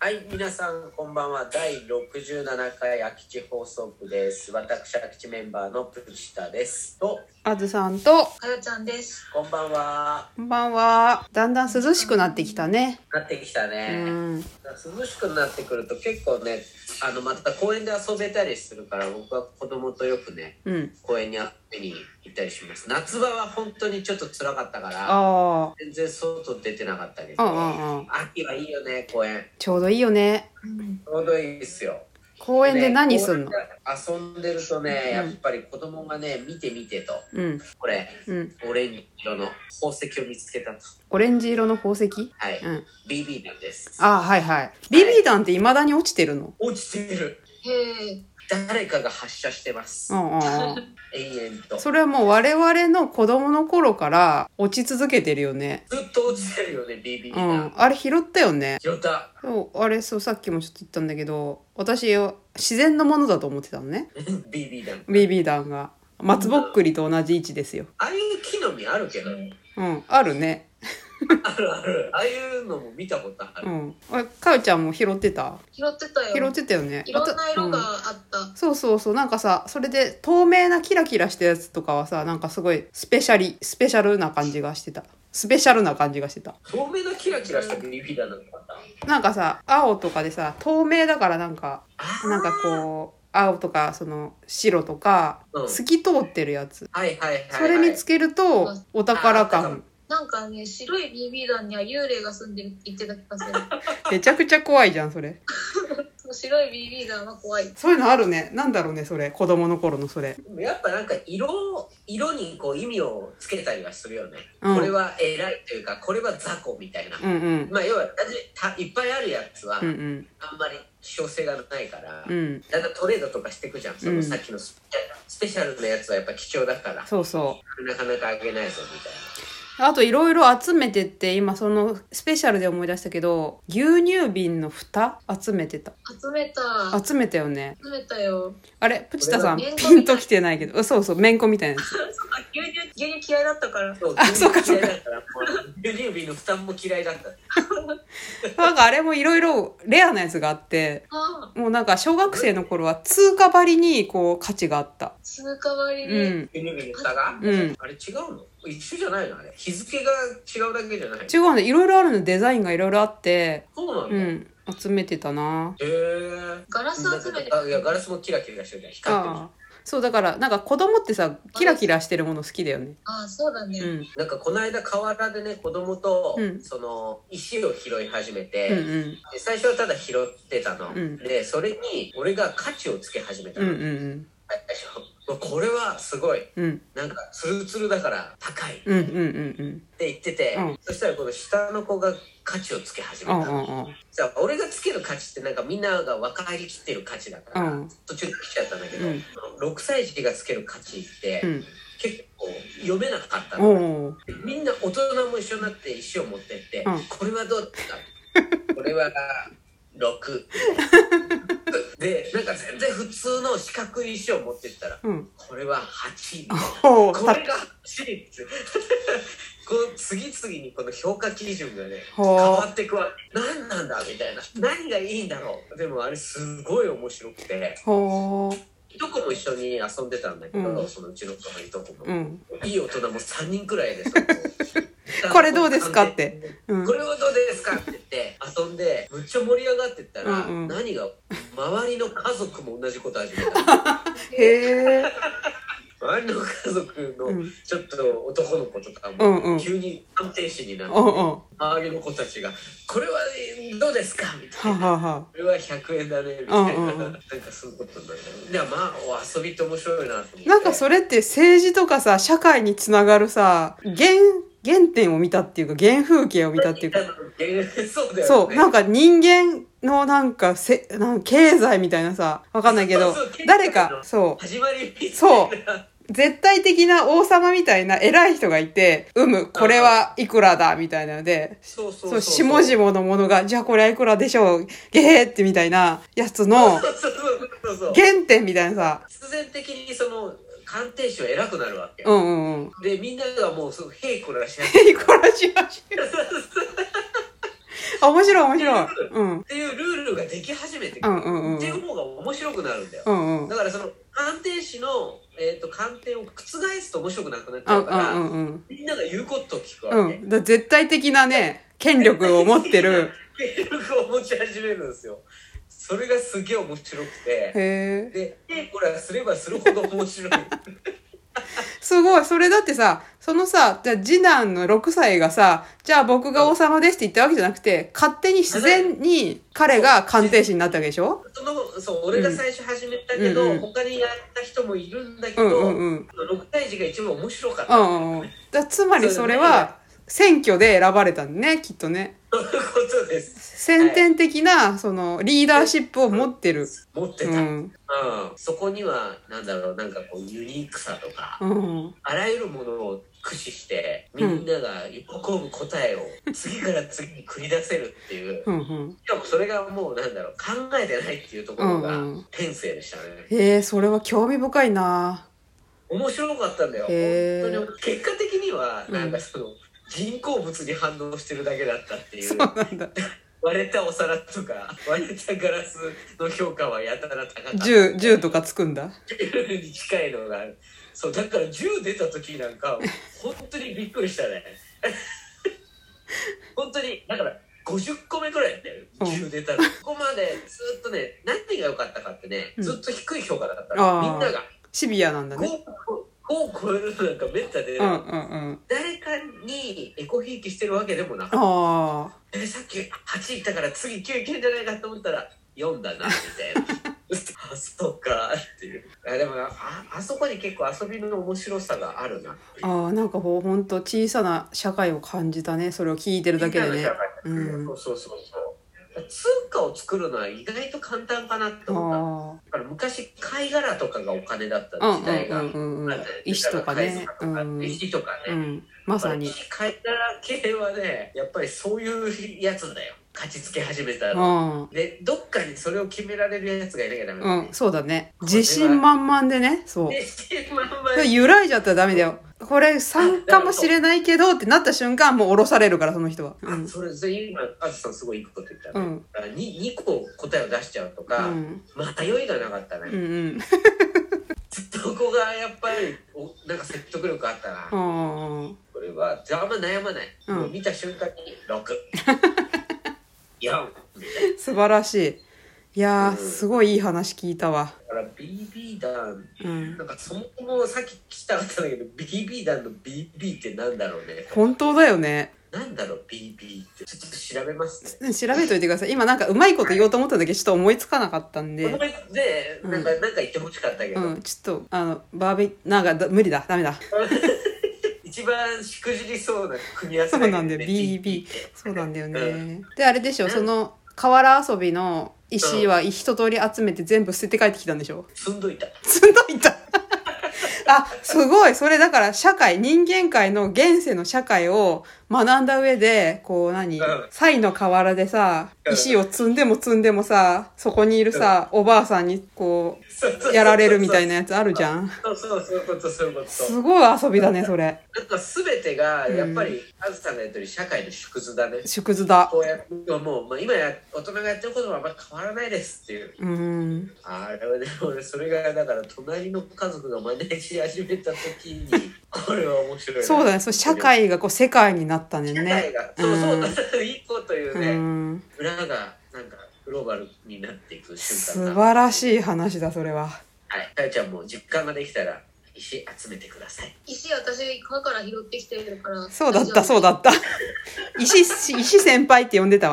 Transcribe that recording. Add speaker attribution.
Speaker 1: はい、皆さん、こんばんは。第67回空き地放送部です。私、空き地メンバーのプチタです。と、
Speaker 2: あずさんと、
Speaker 3: かよちゃんです。
Speaker 1: こんばんは。
Speaker 2: こんばんは。だんだん涼しくなってきたね。
Speaker 1: なってきた
Speaker 2: う
Speaker 1: ね。
Speaker 2: ん。
Speaker 1: 涼しくなってくると結構ね、あの、また公園で遊べたりするから、僕は子供とよくね、
Speaker 2: うん。
Speaker 1: 公園に遊びに行ったりします。夏場は本当にちょっと辛かったから、
Speaker 2: あ
Speaker 1: 全然外出てなかったけ
Speaker 2: あ。う
Speaker 1: ど、
Speaker 2: んうんうん。
Speaker 1: 秋はいいよね、公園。
Speaker 2: ちょうどいいよね。
Speaker 1: ちょうどいいですよ。
Speaker 2: 公園で何すんの
Speaker 1: ね公園で遊んでるとね、やっぱり子供がね、見て見てと、
Speaker 2: うん。
Speaker 1: これ、
Speaker 2: うん。
Speaker 1: オレンジ色の宝石を見つけたと。
Speaker 2: オレンジ色の宝石
Speaker 1: はい。
Speaker 2: うん。
Speaker 1: BB なんです。
Speaker 2: ああ、はいはい。ビビ弾って未だに落ちてるの
Speaker 1: 落ちてる。
Speaker 3: へえ。
Speaker 1: 誰かが発射してます
Speaker 2: う。んうんうん。
Speaker 1: 延々と。ず
Speaker 2: それはもう我々の子供の頃から落ち続けてるよね。
Speaker 1: っと落ちてるよね、BB
Speaker 2: う
Speaker 1: が
Speaker 2: ん。。あれ拾ったよね。
Speaker 1: 拾った。
Speaker 2: そうあれ、そう、さっきもちょっと言ったんだけど、私、自然のものだと思ってたのね。
Speaker 1: BB 弾。
Speaker 2: ビビ弾が。松ぼっくりと同じ位置ですよ。
Speaker 1: ああいう木の実あるけど、
Speaker 2: うん。あるね。
Speaker 1: あるある。ああいうのも見たことあ
Speaker 2: う
Speaker 1: る。
Speaker 2: ん。あれかよちゃんも拾ってた
Speaker 3: 拾ってた
Speaker 2: 拾っ
Speaker 3: よ。
Speaker 2: てたよね。
Speaker 3: いろんな
Speaker 2: あと
Speaker 3: 色が
Speaker 2: うん
Speaker 3: あった。
Speaker 2: そうそうそう。なんかさ、それで透明なキラキラしたやつとかはさ、なんかすごいスペシャリ、スペシャルな感じがしてた。スペシャルな感じがしてた。
Speaker 1: 透明なキラキラした BB 弾だったんだ。
Speaker 2: なんかさ、青とかでさ、透明だからなんか、
Speaker 1: あー
Speaker 2: なんかこう、青とかその白とか、
Speaker 1: うん
Speaker 2: 透き通ってるやつ。
Speaker 1: はいはいはい、はい。
Speaker 2: それ見つけると
Speaker 3: うん、
Speaker 2: お宝
Speaker 1: あー
Speaker 2: 感。
Speaker 3: なんかね、白い BB 弾には幽霊が住んでるって言ってた気がする。
Speaker 2: めちゃくちゃ怖いじゃん、それ。
Speaker 3: その白い BB 弾は怖い。
Speaker 2: そういうのあるね。なんだろうね、それ。子供の頃のそれ。
Speaker 1: でもやっぱなんか色色にこう意味をつけたりはするよね、
Speaker 2: うん
Speaker 1: これは偉いというかこれは雑魚みたいな、
Speaker 2: うんうん。
Speaker 1: まあ要はたたいっぱいあるやつはあ
Speaker 2: うんうんん。
Speaker 1: まり希少性がないから、
Speaker 2: うん。
Speaker 1: だんだんトレードとかしていくじゃんそのさっきのスペスペシャルなやつはやっぱ貴重だから
Speaker 2: そうそ
Speaker 1: なかなかあげないぞみたいな
Speaker 2: う。あといろいろ集めてって、今そのスペシャルで思い出したけど、牛乳瓶の蓋集めてた。
Speaker 3: 集めた。
Speaker 2: 集めたよね。
Speaker 3: 集めたよ。
Speaker 2: あれプチタさん、
Speaker 3: これは
Speaker 2: ピンときてないけど。そうそう、めんこみたいなやつ。
Speaker 3: あ牛乳、牛乳嫌いだったから。
Speaker 1: そう
Speaker 2: あそうかそうか
Speaker 1: 牛乳嫌いだからもう牛乳瓶の負担も嫌いだった
Speaker 2: なんかあれもいろいろレアなやつがあって、
Speaker 3: ああ、
Speaker 2: もうなんか小学生の頃は通貨張りにこう価値があった。
Speaker 3: 通過割
Speaker 2: う
Speaker 3: りに。
Speaker 2: ん。
Speaker 1: 牛乳瓶の蓋が、
Speaker 2: うん
Speaker 1: あれ違うの一緒じゃないのあれ日付が違うだけじゃない
Speaker 2: 違うね。いろいろあるの。デザインがいろいろあって、
Speaker 1: そうなんだ、
Speaker 2: う
Speaker 1: へ
Speaker 2: ん。集めてたな。
Speaker 1: え
Speaker 3: ガラス集めてた。
Speaker 1: あいやガラスもキラキラしてるじゃん光ってるじゃ
Speaker 2: ああ。そうだから、なんか子供ってさ、キラキラしてるもの好きだよね。
Speaker 3: ああ、そうだ
Speaker 2: う
Speaker 3: ね。
Speaker 2: ん。
Speaker 1: んなんかこの間河原でね子供と、
Speaker 2: うん
Speaker 1: その石を拾い始めて、
Speaker 2: うんうん。
Speaker 1: で最初はただ拾ってたの、
Speaker 2: うん
Speaker 1: でそれに俺が価値をつけ始めた
Speaker 2: うん
Speaker 1: の、
Speaker 2: うんうん。
Speaker 1: 最初うわこれはすごい
Speaker 2: うん
Speaker 1: なんかツルツルだから高いって
Speaker 2: うんうんうん
Speaker 1: 言ってて、
Speaker 2: うん
Speaker 1: そしたらこの下の子が価値をつけ始
Speaker 2: う
Speaker 1: め
Speaker 2: ん
Speaker 1: た
Speaker 2: うん
Speaker 1: の、
Speaker 2: うん
Speaker 1: さあ俺がつける価値ってなんかみんなが分かりきってる価値だから、
Speaker 2: うん
Speaker 1: 途中で来ちゃったんだけど、
Speaker 2: うん
Speaker 1: 6歳児がつける価値って、
Speaker 2: うん
Speaker 1: 結構読めなかったの、
Speaker 2: おー
Speaker 1: みんな大人も一緒になって石を持ってって、
Speaker 2: うん
Speaker 1: これはどうですかこれは6 でなんか全然普通の四角い石を持ってったら
Speaker 2: うん
Speaker 1: これは8こ
Speaker 2: おー
Speaker 1: れが8って この次々にこの評価基準がね変
Speaker 2: ほう
Speaker 1: わってくわ何なんだみたいな何がいいんだろうでもあれすごい面白くて
Speaker 2: ほー
Speaker 1: いとこも一緒に遊んでたんだけど、
Speaker 2: うん
Speaker 1: そのうちの子のいとこも、
Speaker 2: うん
Speaker 1: いい大人も3人くらいでその
Speaker 2: これどうですかってうん
Speaker 1: これはどうですかって言って遊んでむっちゃ盛り上がってったら、
Speaker 2: うんうん
Speaker 1: 何が周りの家族も同じこと始め た
Speaker 2: へえ
Speaker 1: 周りの家族
Speaker 2: う
Speaker 1: の
Speaker 2: ん
Speaker 1: ちょっと男の子とか
Speaker 2: うんう
Speaker 1: も
Speaker 2: ん
Speaker 1: 急に鑑定士になって、
Speaker 2: おんおん
Speaker 1: 周りの子たちが「これはどうですか?」みた
Speaker 2: はいは
Speaker 1: な。
Speaker 2: は
Speaker 1: これは100円だねみたいな、
Speaker 2: うんうんうん
Speaker 1: なんかそういうことになるいやまあお遊びって面白いなと思って
Speaker 2: なんかそれって政治とかさ社会につながるさ原原点を見たっていうか原風景を見たっていうか
Speaker 1: そうだよね
Speaker 2: そうなんか人間のなんかせなんか経済みたいなさわかんないけど
Speaker 1: そうそう
Speaker 2: 誰かそう
Speaker 1: 始まりみたいな
Speaker 2: そう絶対的な王様みたいな偉い人がいて、うむ、これはいくらだ、みたいなので、
Speaker 1: そうそう
Speaker 2: そ、
Speaker 1: そうう
Speaker 2: 下々のものが、じゃあこれはいくらでしょう、ゲーってみたいなやつの
Speaker 1: そうそうそうそう
Speaker 2: 原点みたいなさ、
Speaker 1: 必然的にその鑑定士は偉くなるわけ、
Speaker 2: うんうんうん。
Speaker 1: でみんながもうすごいへいこらしな
Speaker 2: いいこらしいらしい。あ、面白い面白い。うん。
Speaker 1: っていうルールができ始めてく
Speaker 2: う
Speaker 1: る、
Speaker 2: んうんうん
Speaker 1: っていう方が面白くなるんだよ、
Speaker 2: うんうん
Speaker 1: だからその鑑定士の、えー、と鑑定を覆すと面白くなくなっち
Speaker 2: う
Speaker 1: ゃうんから、
Speaker 2: うんうん
Speaker 1: みんなが言うことを聞くわ
Speaker 2: う
Speaker 1: け、
Speaker 2: んうんだ絶対的なね権力を持っ てる
Speaker 1: 権力を持ち始めるんですよそれがすげえ面白くて
Speaker 2: へえ
Speaker 1: ででこれはすればするほど面白い
Speaker 2: すごいそれだってさそのさじゃあ次男の6歳がさじゃあ僕が王様ですって言ったわけじゃなくて勝手に自然に彼が鑑定士になったわけでしょ
Speaker 1: そのそう俺が最初始めたけど、
Speaker 2: うんうんうん
Speaker 1: 他にやった人もいるんだけ
Speaker 2: う
Speaker 1: ど、
Speaker 2: んうんうん
Speaker 1: 6対1が一番面白かっ
Speaker 2: う
Speaker 1: た、
Speaker 2: んうんうんだつまりそれは選挙で選ばれたんねきっとね
Speaker 1: ということです
Speaker 2: 先天的なそのリーダーシップを持ってる
Speaker 1: 持って
Speaker 2: う
Speaker 1: た、うん
Speaker 2: ん
Speaker 1: そこにはなんだろうなんかこうユニークさとか
Speaker 2: うん
Speaker 1: あらゆるものを駆使してみ
Speaker 2: うん
Speaker 1: んなが喜ぶ答えを次から次に繰り出せるっていう
Speaker 2: うんうん
Speaker 1: しかもそれがもうなんだろう考えてないっていうところが
Speaker 2: うんうん
Speaker 1: 天性でしたね、
Speaker 2: へえそれは興味深いな
Speaker 1: 面白かったんだよ
Speaker 2: へー
Speaker 1: 本当に結果的には
Speaker 2: うん
Speaker 1: なんかその、人工物に反応してるだけだったっていう
Speaker 2: そうなんだ
Speaker 1: 割れたお皿とか割れたガラスの評価はやたら高かった
Speaker 2: 10 10とかつくんだ
Speaker 1: 10に近いのがあるそうだから10出た時なんか本当にびっくりしたね 本当にだから50個目くらいだよ
Speaker 2: うん
Speaker 1: 10出たらここまでずっとね何が良かったかってね、
Speaker 2: うん
Speaker 1: ずっと低い評価だった
Speaker 2: あ
Speaker 1: の
Speaker 2: ー
Speaker 1: みんなが
Speaker 2: シビアなんだ
Speaker 1: 5
Speaker 2: ね
Speaker 1: を超えるのなんかめったで、
Speaker 2: うんうんうん
Speaker 1: 誰かにエコひいきしてるわけでもなく
Speaker 2: ああ
Speaker 1: えさっき8いったから次9いけるんじゃないかと思ったら4だなみたいな あそうかっていうあでもなああそこに結構遊びの面白さがあるなっていう
Speaker 2: あーなんかこうほんと小さな社会を感じたねそれを聞いてるだけで
Speaker 1: みん
Speaker 2: ね
Speaker 1: なの社会
Speaker 2: うん
Speaker 1: そうそうそうそう通貨を作るのは意外と簡単かなって思った
Speaker 2: あ
Speaker 1: だから昔貝殻とかがお金だった
Speaker 2: あう
Speaker 1: 時
Speaker 2: んう
Speaker 1: 代が、
Speaker 2: んうんうん
Speaker 1: な
Speaker 2: うんん
Speaker 1: だよ
Speaker 2: 石とかね
Speaker 1: 貝
Speaker 2: う
Speaker 1: 殻と
Speaker 2: ん
Speaker 1: か石とかね、
Speaker 2: うんまさに
Speaker 1: 貝殻系はねやっぱりそういうやつだよ勝ちつけ始めたら
Speaker 2: うん
Speaker 1: でどっかにそれを決められるやつがいなきゃダメだ
Speaker 2: う
Speaker 1: ね
Speaker 2: ん、そうだね。自信満々でね、そう。
Speaker 1: で 自信満々
Speaker 2: それ揺らいじゃったらダメだよ。これ3かもしれないけどってなった瞬間、もう降ろされるから、その人は。う
Speaker 1: あ
Speaker 2: ん。
Speaker 1: それそれ今あずさんすごいいいこと言った
Speaker 2: う
Speaker 1: ね、
Speaker 2: ん。
Speaker 1: だからに 2, 個答えを出しちゃうと
Speaker 2: う
Speaker 1: か、
Speaker 2: ん。
Speaker 1: 迷いがなかったね、
Speaker 2: うんうん。
Speaker 1: そこがやっぱりおなんか説得力あったな、
Speaker 2: うん。
Speaker 1: これはじゃああんま悩まない、
Speaker 2: うん
Speaker 1: もう見た瞬間に6 4みたいな
Speaker 2: 素晴らしい。いやー、すごいいい話聞いたわ。
Speaker 1: だから BB 弾
Speaker 2: うん。
Speaker 1: なんかそもそもさっき聞きたかったんだけど BB 弾の BB ってなんだろうね
Speaker 2: 本当だよね。
Speaker 1: なんだろう BB ってちょっと調べますね
Speaker 2: 調べといてください。今なんかうまいこと言おうと思ったんだけど、ちょっと思いつかなかったんで。
Speaker 1: で、なんか、なんか言ってほしかったけど、
Speaker 2: うん、ちょっと、あの、バーベ、なんかだ無理だ、ダメだ。
Speaker 1: 一番しくじりそうな組み合わせ
Speaker 2: そう
Speaker 1: け
Speaker 2: なんだよ、
Speaker 1: ね
Speaker 2: BB。そうなんだよ
Speaker 1: う
Speaker 2: ね。で、あれでしょ、その、河原遊びの石は一通り集めて全部捨てて帰ってきたんでしょ
Speaker 1: 積んどいた。
Speaker 2: 積んどいたあ、すごいそれだから社会、人間界の現世の社会を学んだ上で、こう何
Speaker 1: うん
Speaker 2: サイの河原でさ、
Speaker 1: うん
Speaker 2: 石を積んでも積んでもさ、そこにいるさ、おばあさんにこう、やられるみたい
Speaker 1: な。
Speaker 2: なやつあるじゃん。
Speaker 1: そうそう、そういうこと、そういうこ
Speaker 2: すごい遊びだね、それ。
Speaker 1: と。なんか全てが、やっぱり、あずさんが言ったより社会の縮図だね。
Speaker 2: 縮図だ。
Speaker 1: こうやってもう、まあ、今や大人がやってることはあんま変わらないですっていう。
Speaker 2: うん。
Speaker 1: あれはね、俺、それが、だから、隣の家族がマネし始めた時に、これは面白い、
Speaker 2: そうだね、そう社会がこう世界になったね。
Speaker 1: 社
Speaker 2: ね
Speaker 1: 会が、そうそうだ、いいこと言うね。
Speaker 2: うん。
Speaker 1: 裏がなんかグローバルになっていく瞬
Speaker 2: 素
Speaker 1: 間が
Speaker 2: 晴らしい話だ、それは。
Speaker 1: はいかよちゃんも実感ができたら石集めてください
Speaker 3: 石私川から拾ってきてるから
Speaker 2: そうだった、そうだった。石、石先輩って呼んでたわ。